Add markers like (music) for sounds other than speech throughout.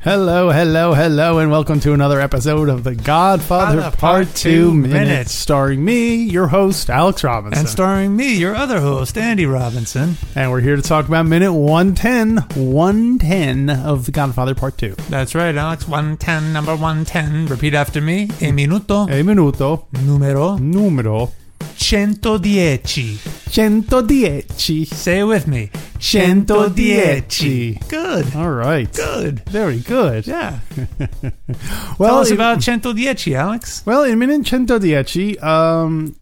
Hello, hello, hello, and welcome to another episode of The Godfather Godfather Part, Part 2 Two Minutes, Minutes. starring me, your host, Alex Robinson. And starring me, your other host, Andy Robinson. And we're here to talk about minute 110, 110 of The Godfather Part 2. That's right, Alex. 110, number 110. Repeat after me. E minuto E minuto, numero numero 110. 110. Say it with me. 110. Good. All right. Good. Very good. Yeah. Well, Tell us in- about 110, Alex. Well, in minute 110, um,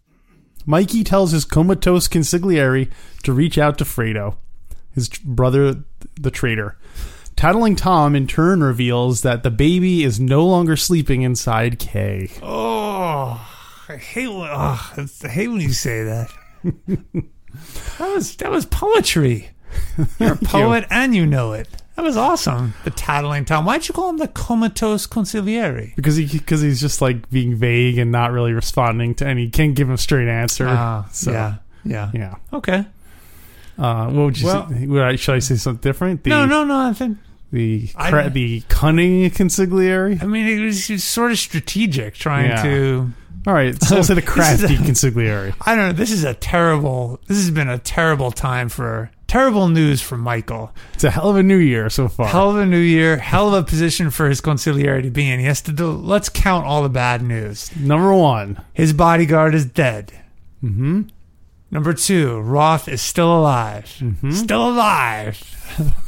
Mikey tells his comatose consigliere to reach out to Fredo, his tr- brother, the traitor. Tattling Tom in turn reveals that the baby is no longer sleeping inside Kay. Oh, I hate when, oh, I hate when you say that. (laughs) that was that was poetry. (laughs) You're a poet and you know it. That was awesome. The tattling Tom. Why'd you call him the comatose conciliary? Because he, because he's just like being vague and not really responding to any. Can't give him a straight answer. Ah, So, yeah, yeah. yeah. Okay. Uh, what would you? Well- say? Would I- should I say something different? The, no, no, no. I think. The I- cra- the cunning consigliere. I mean, it was, it's sort of strategic, trying Yeah. to. All right, (laughs) so I'll say the This is a- crafty consigliere. I don't know. This is a terrible. This has been a terrible time for terrible news for Michael. It's a hell of a new year so far. Hell of a new year. Hell of a position for his conciliary to be in. He has to do. Let's count all the bad news. Number one. His bodyguard is dead. Mm-hmm. Number two, Roth is still alive. Mm-hmm. Still alive.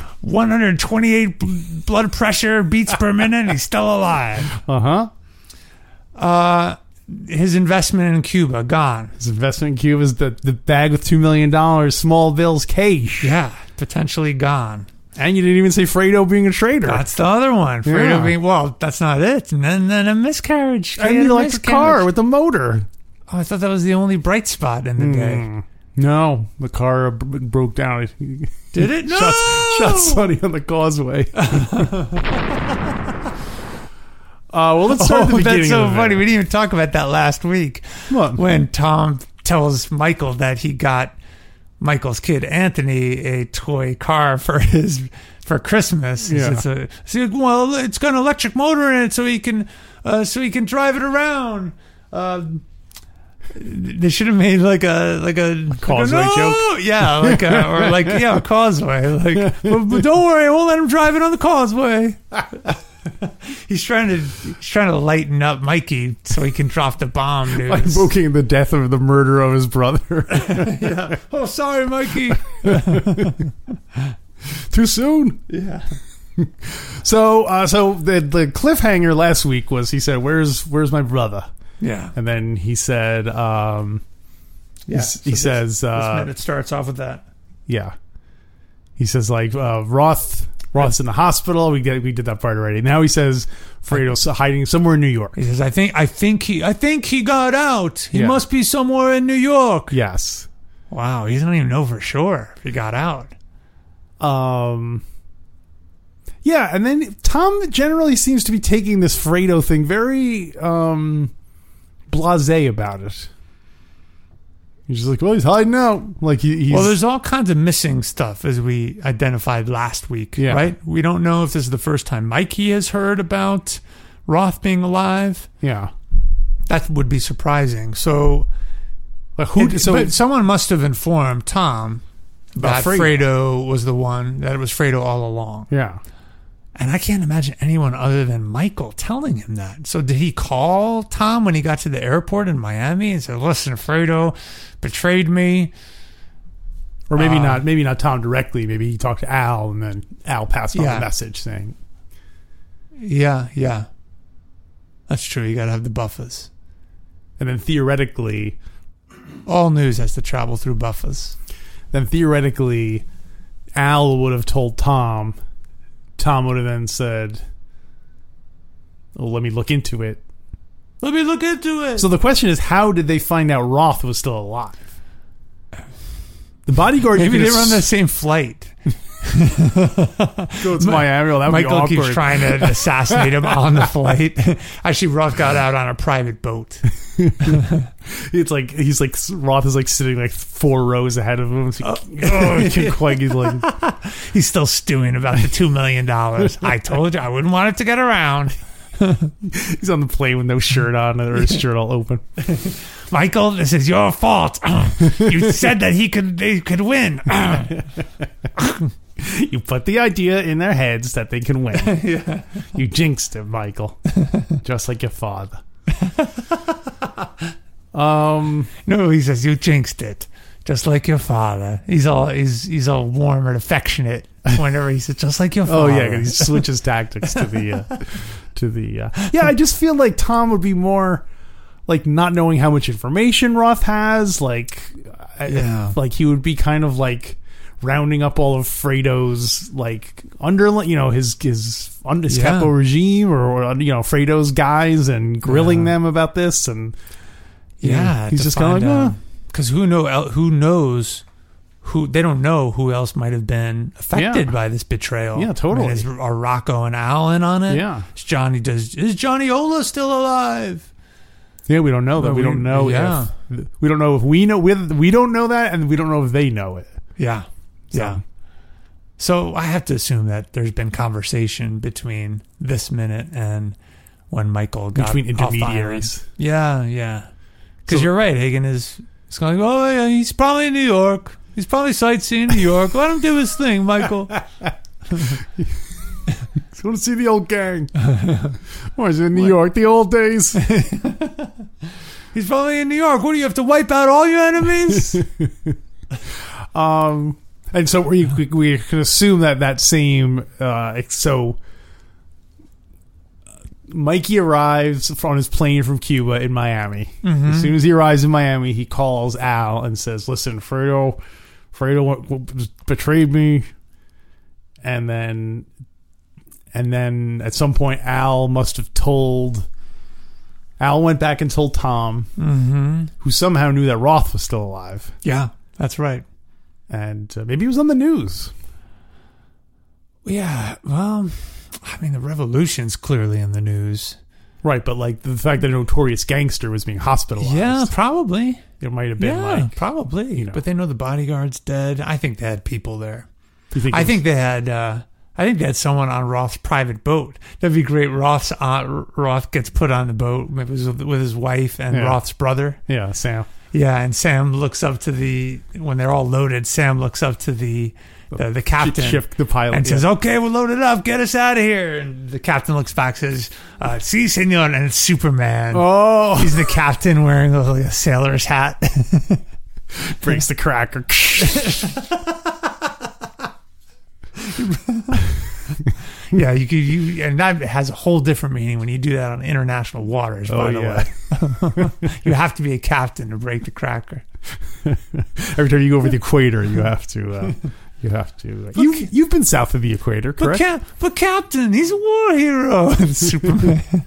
(laughs) 128 bl- blood pressure beats per minute. He's still alive. Uh huh. Uh, his investment in Cuba gone. His investment in Cuba is the, the bag with two million dollars, small bills cash. Yeah, potentially gone. And you didn't even say Fredo being a traitor. That's the other one. Freedom Yeah. being- well, that's not it. And then, then a miscarriage. He and had the a electric miscarriage. car with the motor. Oh, I thought that was the only bright spot in the Hmm. day. No, the car b- broke down. (laughs) Did it? No. Shot, shot Sonny on the (laughs) causeway. uh, well, let's (laughs) start at the Oh, beginning. that's so of the funny. video. We didn't even talk about that last week. What? when Tom tells Michael that he got Michael's kid Anthony a toy car for his for Christmas. He Yeah. says, uh, so, well, it's got an electric motor in it, so he can uh, so he can drive it around. Uh, they should have made like a like a, like a causeway "No!" yeah, like a, or like yeah, a causeway. Like, but, but don't worry, I won't let him drive it on the causeway. (laughs) he's trying to he's trying to lighten up Mikey so he can drop the bomb. Dude. (laughs) By booking the death of the murder of his brother. (laughs) yeah. Oh, sorry, Mikey. Too soon? (laughs) yeah. So, uh, so the, the cliffhanger last week was he said, "Where's where's my brother?" Yeah. And then he said, um, Yeah. he, he says, uh, minute starts off with that. yeah, he says like uh, Roth Roth's in the hospital. We get we did that part already. Now he says Fredo's hiding somewhere in New York. He says, "I think, I think he, I think he got out. He Yeah. must be somewhere in New York." Yes. Wow, he doesn't even know for sure if he got out. Um. Yeah, and then Tom generally seems to be taking this Fredo thing very um, blasé about it. He's just like, well, he's hiding out. Like he, he's Well, there's all kinds of missing stuff as we identified last week, Yeah. right? We don't know if this is the first time Mikey has heard about Roth being alive. yeah. That would be surprising. So, But who? It- so but someone must have informed Tom About that Fredo. Fredo. was the one that it was Fredo all along. yeah. And I can't imagine anyone other than Michael telling him that. So did he call Tom when he got to the airport in Miami and said, "Listen, Fredo betrayed me." Or maybe Uh, not. Maybe not Tom directly. Maybe he talked to Al, and then Al passed on Yeah. the message saying, Yeah, yeah. That's true. You got to have the buffers. and then theoretically, All news has to travel through buffers. then theoretically, Al would have told Tom. Tom would have then said, "Well, let me look into it." Let me look into it. So the question is, how did they find out Roth was still alive? The bodyguard. Maybe you they can were (laughs) on the ass- same flight. go to Miami. Well, that'd Michael be keeps awkward. trying to assassinate him on the flight. (laughs) Actually, Roth got out on a private boat. It's like he's like Roth is like sitting like four rows ahead of him. Uh, So he, (laughs) oh, he (laughs) can quite- he's like He's still stewing about the two million dollars. I told you I wouldn't want it to get around. he's on the plane with no shirt on or his shirt all open. (laughs) Michael, this is your fault. (clears throat) you said that he could they could win. (clears throat) You put the idea in their heads that they can win. You jinxed it, Michael, just like your father. um, no, he says you jinxed it. Just like your father. He's all he's he's all warm and (laughs) affectionate whenever he says just like your oh father. yeah, 'cause he switches tactics to the (laughs) uh, to the uh, yeah. I just feel like Tom would be more like not knowing how much information Roth has. Like, I, Yeah. like he would be kind of like rounding up all of Fredo's like underling, you know, his his under his Yeah. capo regime or, or you know Fredo's guys and grilling Yeah. them about this and Yeah, he's just kinda like, "Ah." because who know el- who knows who they don't know who else might have been affected Yeah. by this betrayal. Yeah, I mean, totally. is, are Rocco and Allen on it? Yeah. is Johnny does is Johnny Ola still alive? yeah, we don't know that. Well, we, we- don't know. yeah. if, we don't know if we know we we don't know that, and we don't know if they know it. Yeah, So- yeah. So I have to assume that there's been conversation between this minute and when Michael got between off the island. intermediaries. Yeah, yeah. Because So- you're right. Hagen is it's going. Oh, yeah, he's probably in New York. He's probably sightseeing New York. Let him do his thing, Michael. I want to see the old (laughs) gang. or is it in New York, the old (laughs) days? He's probably in New York. What do you have to wipe out all your (laughs) enemies? um, and so we, we, we can assume that that same. Uh, so uh, Mikey arrives on his plane from Cuba in Miami. As Hmm? Mm-hmm, soon as he arrives in Miami, he calls Al and says, "Listen, Fredo, Fredo w- w- betrayed me," and then, and then at some point, Al must have told. Al went back and told Tom, mm-hmm. who somehow knew that Roth was still alive, Yeah, that's right. and uh, maybe he was on the news. Yeah. Well, I mean, the revolution's clearly in the news. Right, but like the fact that a notorious gangster was being hospitalized, Yeah, probably. it might have been yeah, like probably. you know. But they know the bodyguard's dead. I think they had people there. you think it I was- think they had. Uh, I think they had someone on Roth's private boat. That'd be great. Roth's uh, Roth gets put on the boat. Maybe it was with, with his wife and Yeah. Roth's brother. yeah, Sam. Yeah, and Sam looks up to the when they're all loaded. Sam looks up to the uh, the, the captain Shift the pilot and yeah. says, "Okay, we're loaded up. Get us out of here." And the captain looks back, says, uh, "See, senor," and it's Superman. "Oh, He's the captain wearing a, like a sailor's hat. (laughs) breaks the cracker. yeah, you could you and that has a whole different meaning when you do that on international waters. By Oh, the yeah. way. You have to be a captain to break the cracker. (laughs) Every time you go over the equator, you have to. Uh, you have to. Uh, you you've been south of the equator, But, correct? cap- but captain, he's a war hero. (laughs) Superman. (laughs)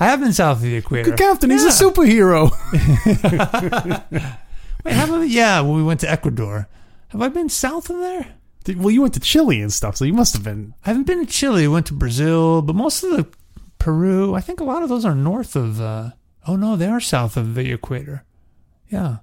I have been south of the equator. Good captain, he's Yeah. a superhero. (laughs) Wait, have I, yeah, when we went to Ecuador. Have I been south of there? Did- well, you went to Chile and stuff, so you must have been. I haven't been to Chile. Went to Brazil, but most of the Peru. I think a lot of those are north of. Uh, oh no, they are south of the equator. Yeah,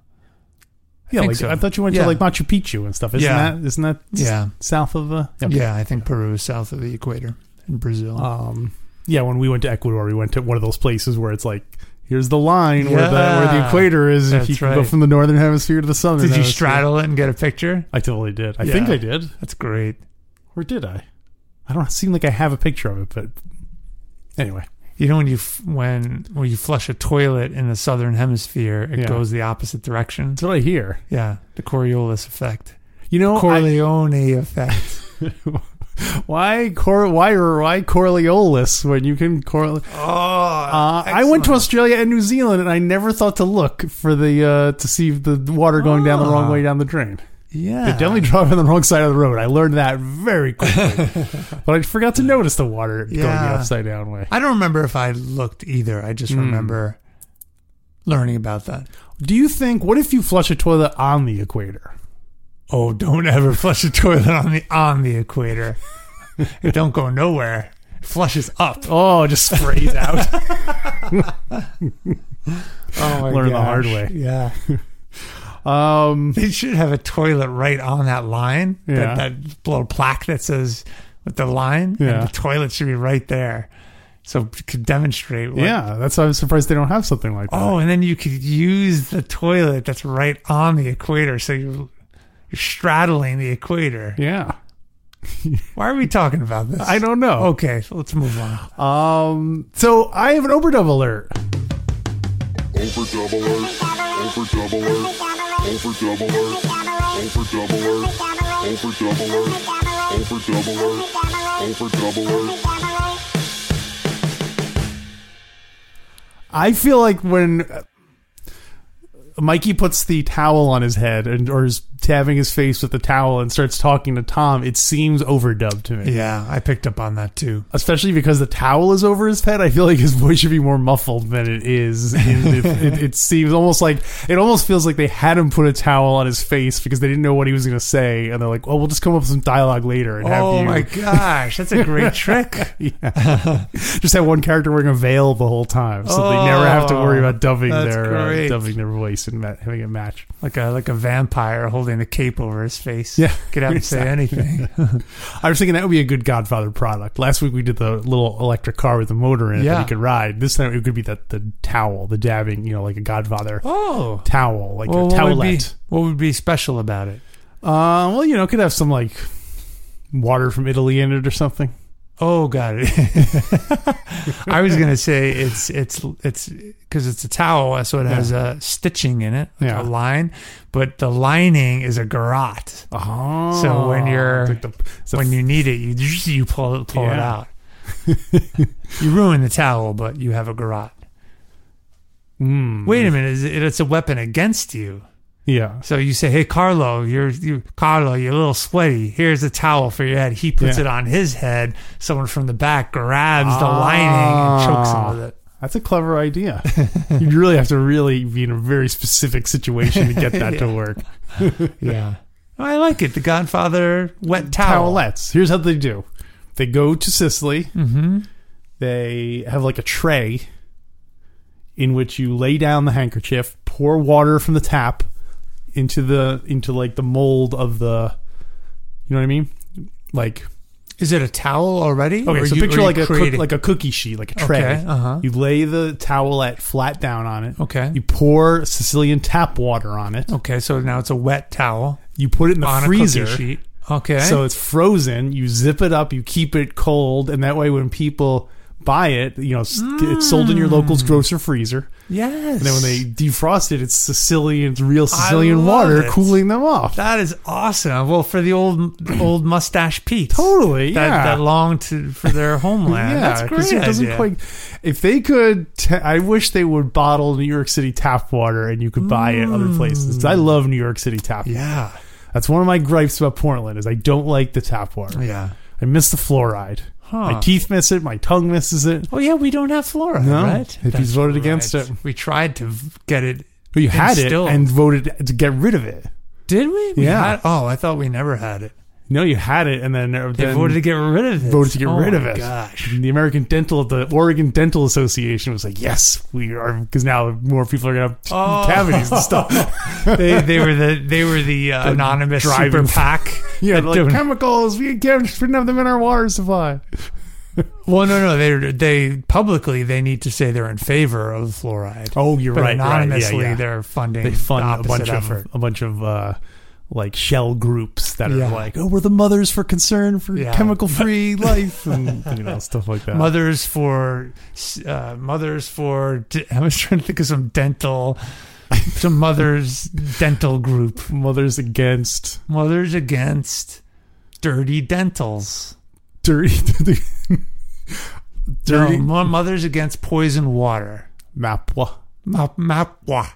Yeah, think like so. I thought you went Yeah. to like Machu Picchu and stuff. Isn't Yeah. that isn't that s- yeah, south of uh, yeah. Oh, I think Peru is south of the equator in Brazil. Um, yeah, when we went to Ecuador, we went to one of those places where it's like, here's the line where the where the Yeah. equator is. That's if you can go right. from the northern hemisphere to the southern. Did you hemisphere. straddle it and get a picture? I totally did. I think Yeah. I did, That's great. or did I? I don't seem like I have a picture of it, but anyway, You know when you f- when when you flush a toilet in the southern hemisphere, it Yeah. goes the opposite direction. that's what I hear. Yeah, the Coriolis effect, You know, I- Corleone effect. (laughs) why Cor- why why Coriolis when you can Cor- Oh, Uh, I went to Australia and New Zealand, and I never thought to look for the uh, to see the water going down the wrong Ah. way down the drain. Yeah. They definitely drive on the wrong side of the road. I learned that very (laughs) quickly. but I forgot to notice the water going Yeah. the upside down way. I don't remember if I looked either. I Hmm. just remember learning about that. Do you think, what if you flush a toilet on the equator? Oh, don't ever flush a toilet on the on the (laughs) equator. it don't go nowhere. It flushes up. Oh, it just sprays out. (laughs) Oh my Learn the hard way. Yeah. Um, They should have a toilet right on that line. Yeah. That, that little plaque that says with the line. Yeah. And the toilet should be right there. So it could demonstrate what yeah, that's why I'm surprised they don't have something like that. Oh, and then you could use the toilet that's right on the equator, so you're you're straddling the equator. Yeah. Why are we talking about this? I don't know. Okay, so let's move on. Um, so I have an overdub alert. Over double earth, over double earth, over double earth, over double earth, over double earth, over double earth, over double earth. I feel like when Mikey puts the towel on his head and or is tabbing his face with the towel and starts talking to Tom, it seems overdubbed to me. Yeah, I picked up on that too. Especially because the towel is over his head, I feel like his voice should be more muffled than it is. And it, it, it seems almost like it almost feels like they had him put a towel on his face because they didn't know what he was going to say, and they're like, "Well, we'll just come up with some dialogue later and have oh you." my gosh, that's (laughs) a great trick. Yeah. just have one character wearing a veil the whole time, so they never have to worry about dubbing Oh, that's their uh, great. dubbing their voice and ma- having a match. Like a like a vampire holding a cape over his face. Yeah, could have him say (laughs) anything. I was thinking that would be a good Godfather product. Last week we did the little electric car with the motor in it that Yeah. you could ride. This time it could be that the towel, the dabbing, you know, like a Godfather oh, towel, like well, a what would, be, towelette. what would be special about it? Uh, well, you know, it could have some like water from Italy in it or something. Oh, got it. (laughs) I was gonna say it's it's it's because it's a towel, so it has a stitching in it, like Yeah. a line, but the lining is a garrote. Oh, So when you're- It's like the- it's a when you need it, you just you pull it pull it Yeah. (laughs) out. you ruin the towel, but you have a garrote. mm, Wait a minute, is it, it's a weapon against you. yeah, So you say, "Hey, Carlo, you're you Carlo, you're a little sweaty. Here's a towel for your head." He puts Yeah. it on his head. Someone from the back grabs the Ah. lining and chokes him with it. That's a clever idea. (laughs) you really have to really be in a very specific situation to get (laughs) that to work. Yeah. I like it. The Godfather wet towel. Towelettes. Here's how they do. They go to Sicily. Mm-hmm. They have like a tray in which you lay down the handkerchief, pour water from the tap into the into like the mold of the you know what I mean? Like Is it a towel already? okay, Or so you- picture or you like a cook, created- like a cookie sheet, like a tray. Okay, uh-huh. You lay the towelette flat down on it. Okay. You pour Sicilian tap water on it. okay, so now it's a wet towel You put it in the on freezer. a cookie sheet. Okay. So it's frozen. You zip it up. You keep it cold, and that way, when people buy it, you know s- it's sold in your Mm. local's grocer freezer. yes. And then when they defrost it, it's Sicilian, it's real love Sicilian water it. cooling them off. that is awesome. Well, for the old (clears throat) old mustache Pete. totally, That, yeah. that long to for their homeland. yeah, That's a 'cause great. It doesn't idea. quite. If they could, t- I wish they would bottle New York City tap water, and you could buy it other places. I love New York City tap. water. Mm. Yeah. That's one of my gripes about Portland is I don't like the tap water. Yeah. I miss the fluoride. My Huh. teeth miss it. My tongue misses it. Oh yeah, we don't have fluoride, No, right? hippies That's voted against right. it. We tried to v- get it. But you had it Instilled. and voted to get rid of it. Did we? We Yeah. had- oh, I thought we never had it. No, you had it, and then They voted to get rid of it. voted to get Oh rid of my it. Gosh. the American Dental, the Oregon Dental Association was like, "Yes, we are," because now more people are gonna have Oh. cavities and (laughs) stuff. they, they were the they were (laughs) the, uh, anonymous driving- super pack. (laughs) yeah, that they're like don't- chemicals. We can't shouldn't have them in our water supply. well, no, no, they they publicly they need to say they're in favor of fluoride. Oh, you're but right. Anonymously, right, yeah, yeah. they're funding. they fund the a opposite bunch effort. of a bunch of uh, like shell groups that are Yeah. like, "Oh, we're the mothers for concern for Yeah. chemical (laughs) free life and you know stuff like that." mothers for uh, mothers for. d- (laughs) I was trying to think of some dental, (laughs) some mothers dental group. mothers against Mothers against dirty dentals. dirty (laughs) dirty, dirty No, mo- mothers against poison water. mapwa. Map, map, wah.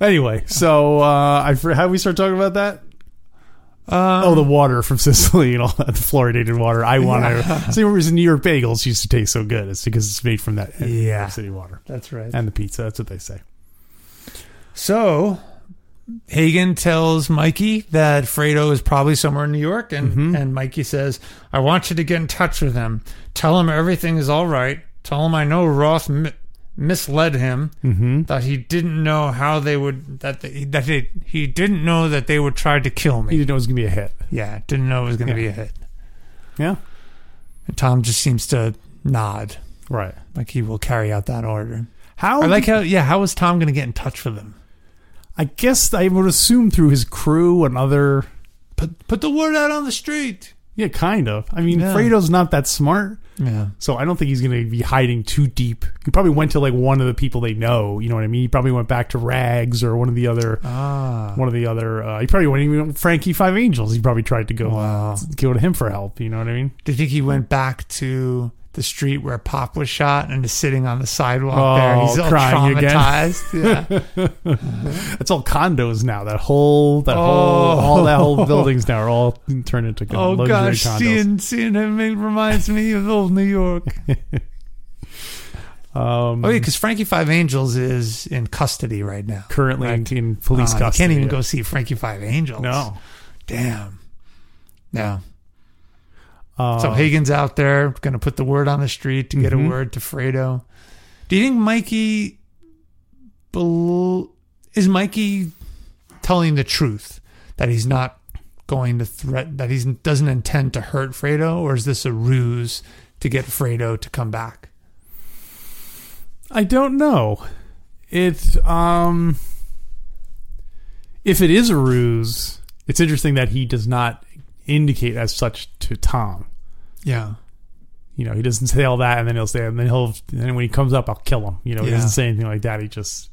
Anyway, so uh, I for- how did we start talking about that? Uh, Oh, the water from (laughs) Sicily and all that the fluoridated water. I want (laughs) to. Same reason New York bagels used to taste so good. It's because it's made from that New York Yeah. city water that's right. and the pizza. That's what they say. So Hagen tells Mikey that Fredo is probably somewhere in New York, and, Mm-hmm. and Mikey says, I want you to get in touch with him. Tell him everything is all right. Tell him I know Roth mi- misled him, Mm-hmm. that he didn't know how they would, that, they, that they, he didn't know that they would try to kill He me. didn't know it was gonna be a hit. Yeah, didn't know it was going to Yeah. be a hit. Yeah, And Tom just seems to nod, right. like he will carry out that order. How? I like how, yeah, how was Tom going to get in touch with him? I guess I would assume through his crew and other. Put, put the word out on the street. Yeah, kind of. I mean, Yeah. Fredo's not that smart, Yeah. so I don't think he's gonna be hiding too deep. He probably went to like one of the people they know. You know what I mean? He probably went back to Rags or one of the other. Ah. one of the other. Uh, he probably went even Frankie Five Angels. He probably tried to go uh, Wow. go to him for help. You know what I mean? Do you think he went back to the street where Pop was shot and is sitting on the sidewalk Oh, there? He's all crying again. traumatized. (laughs) Yeah. That's all condos now. That whole that Oh. whole all that whole buildings now are all turned into con- oh luxury gosh, condos. seeing seeing him it reminds me of old New York. um, (laughs) oh yeah, because Frankie Five Angels is in custody right now. currently Right. in, Ah, in police Uh, you custody. Can't even go see Frankie Five Angels. No. Damn. No. Uh, So Hagen's out there, going to put the word on the street to get a word to Fredo. Do you think Mikey bel- is Mikey telling the truth that he's not going to threat that he doesn't intend to hurt Fredo, or is this a ruse to get Fredo to come back? I don't know. It um, if it is a ruse, it's interesting that he does not indicate as such to Tom. Yeah, you know, he doesn't say all that, and then he'll say, and then he'll, and then when he comes up, I'll kill him. You know, he Yeah. doesn't say anything like that. He just,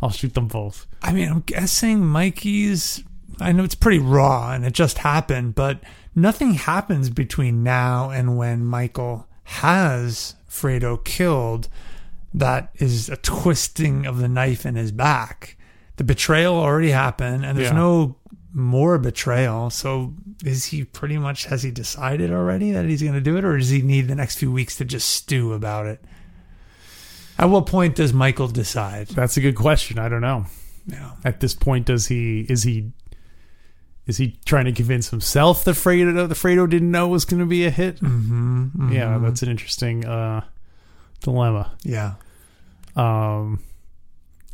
I'll shoot them both. I mean, I'm guessing Mikey's. I know it's pretty raw and it just happened, but nothing happens between now and when Michael has Fredo killed. That is a twisting of the knife in his back. The betrayal already happened, and there's Yeah. no more betrayal. So, is he pretty much has he decided already that he's going to do it, or does he need the next few weeks to just stew about it? At what point does Michael decide? That's a good question. I don't know. Yeah. At this point, does he is he is he trying to convince himself that Fredo the Fredo didn't know was going to be a hit? Mm-hmm, Yeah, that's an interesting uh, dilemma. Yeah. Um,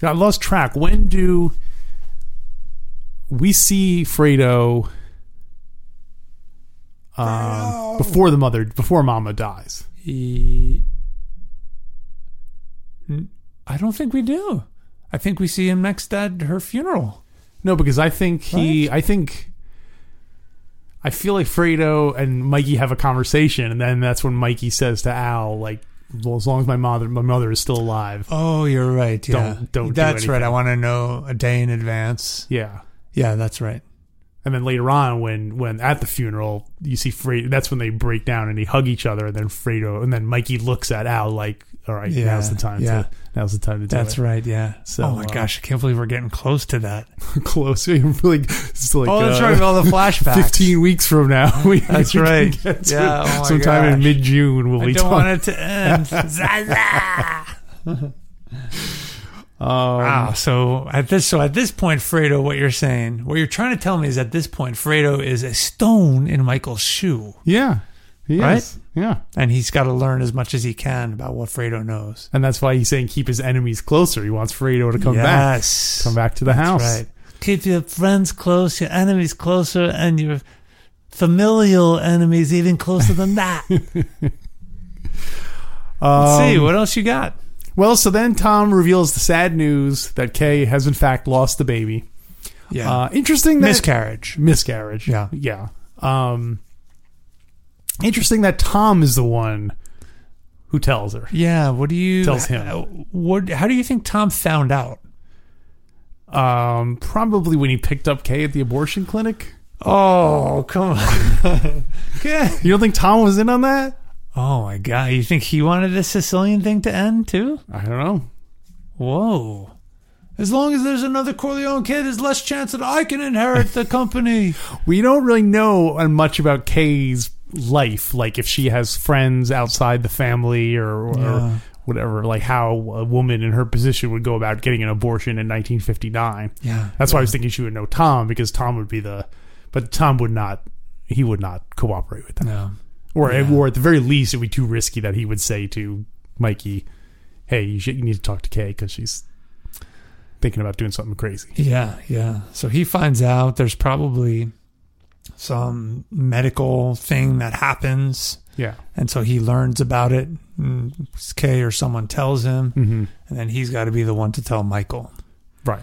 I lost track. When do we see Fredo? Um, before the mother, before Mama dies. He- N- I don't think we do. I think we see him next at her funeral. No, because I think he. I think. I feel like Fredo and Mikey have a conversation, and then that's when Mikey says to Al, "Like, well, as long as my mother, my mother is still alive, Oh, you're right. Yeah. Don't- don't do That's right. I anything. want to know a day in advance. yeah." Yeah, that's right. And then later on, when when at the funeral, you see Fredo. That's when they break down and they hug each other, and then Fredo, and then Mikey looks at Al like, "All right, Yeah, now's the time yeah. to now's the time to do That's it." right. Yeah. So, oh my uh, gosh, I can't believe we're getting close to that. That's (laughs) close. We're really, it's like oh, that's uh, right. with (laughs) All the flashbacks. Fifteen weeks from now, (laughs) we, That's we can right. get to Yeah, oh my sometime in gosh. mid June, we'll I be don't talking. want it to (laughs) end. Zaza! Um, Wow. So at this, so at this point, Fredo, what you're saying, what you're trying to tell me is at this point, Fredo is a stone in Michael's shoe. Yeah. He Right? is. Yeah. and he's got to learn as much as he can about what Fredo knows. And that's why he's saying keep his enemies closer. He wants Fredo to come back. yes. Come back to the That's house. Right. Keep your friends close, your enemies closer, and your familial enemies even closer (laughs) than that. Let's Um, see what else you got. Well, so then Tom reveals the sad news that Kay has in fact lost the baby. Yeah. Uh, interesting that Miscarriage. miscarriage. Yeah. Yeah. Um interesting that Tom is the one who tells her. Yeah. What do you Tells him. What? How do you think Tom found out? Um probably when he picked up Kay at the abortion clinic. Oh come on. (laughs) Okay. You don't think Tom was in on that? (laughs) Oh my God! You think he wanted the Sicilian thing to end too? I don't know. Whoa. As long as there's another Corleone kid, there's less chance that I can inherit the company. We don't really know uh, much about Kay's life, like if she has friends outside the family or, or Yeah. whatever, like how a woman in her position would go about getting an abortion in 1959. Yeah. That's why I was thinking she would know Tom because Tom would be the, but Tom would not, he would not cooperate with that. No. Or, or at the very least, it would be too risky that he would say to Mikey, hey, you, should, you need to talk to Kay because she's thinking about doing something crazy. Yeah, yeah. So he finds out there's probably some medical thing that happens. Yeah. And so he learns about it. and Kay or someone tells him. Mm-hmm. And then he's got to be the one to tell Michael. Right.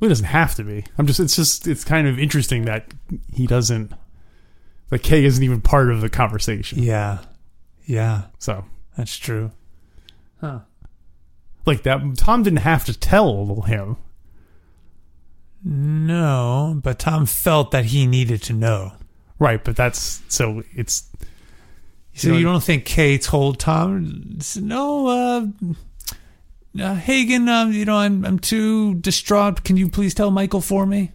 Well, it doesn't have to be. I'm just. It's just. It's kind of interesting that he doesn't. Like Kay isn't even part of the conversation. Yeah. Yeah. So, That's true. Huh. like that, Tom didn't have to tell him. No, but Tom felt that he needed to know. Right. But that's so. It's So you don't think Kay told Tom? No, uh, uh, Hagen, um, you know, I'm, I'm too distraught. Can you please tell Michael for me?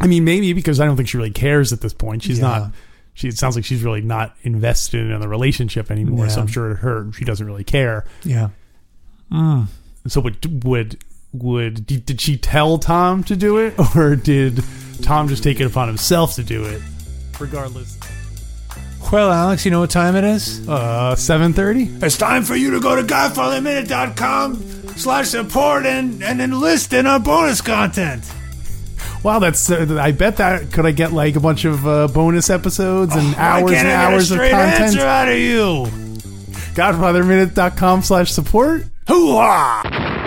I mean, maybe because I don't think she really cares at this point. She's Yeah. not. She. It sounds like she's really not invested in the relationship anymore. So Yeah. I'm sure her. She doesn't really care. Yeah. So would would would did did she tell Tom to do it, (laughs) or did Tom just take it upon himself to do it? Regardless. Well, Alex, you know what time it is? Uh, seven thirty. It's time for you to go to GodfatherMinute.com slash support and, and enlist in our bonus content. Wow, that's. Uh, I bet that could I get like a bunch of uh, bonus episodes and Why hours and can't Oh, I get a hours of straight content. answer out of you? GodfatherMinute.com slash support. Hoo-ha!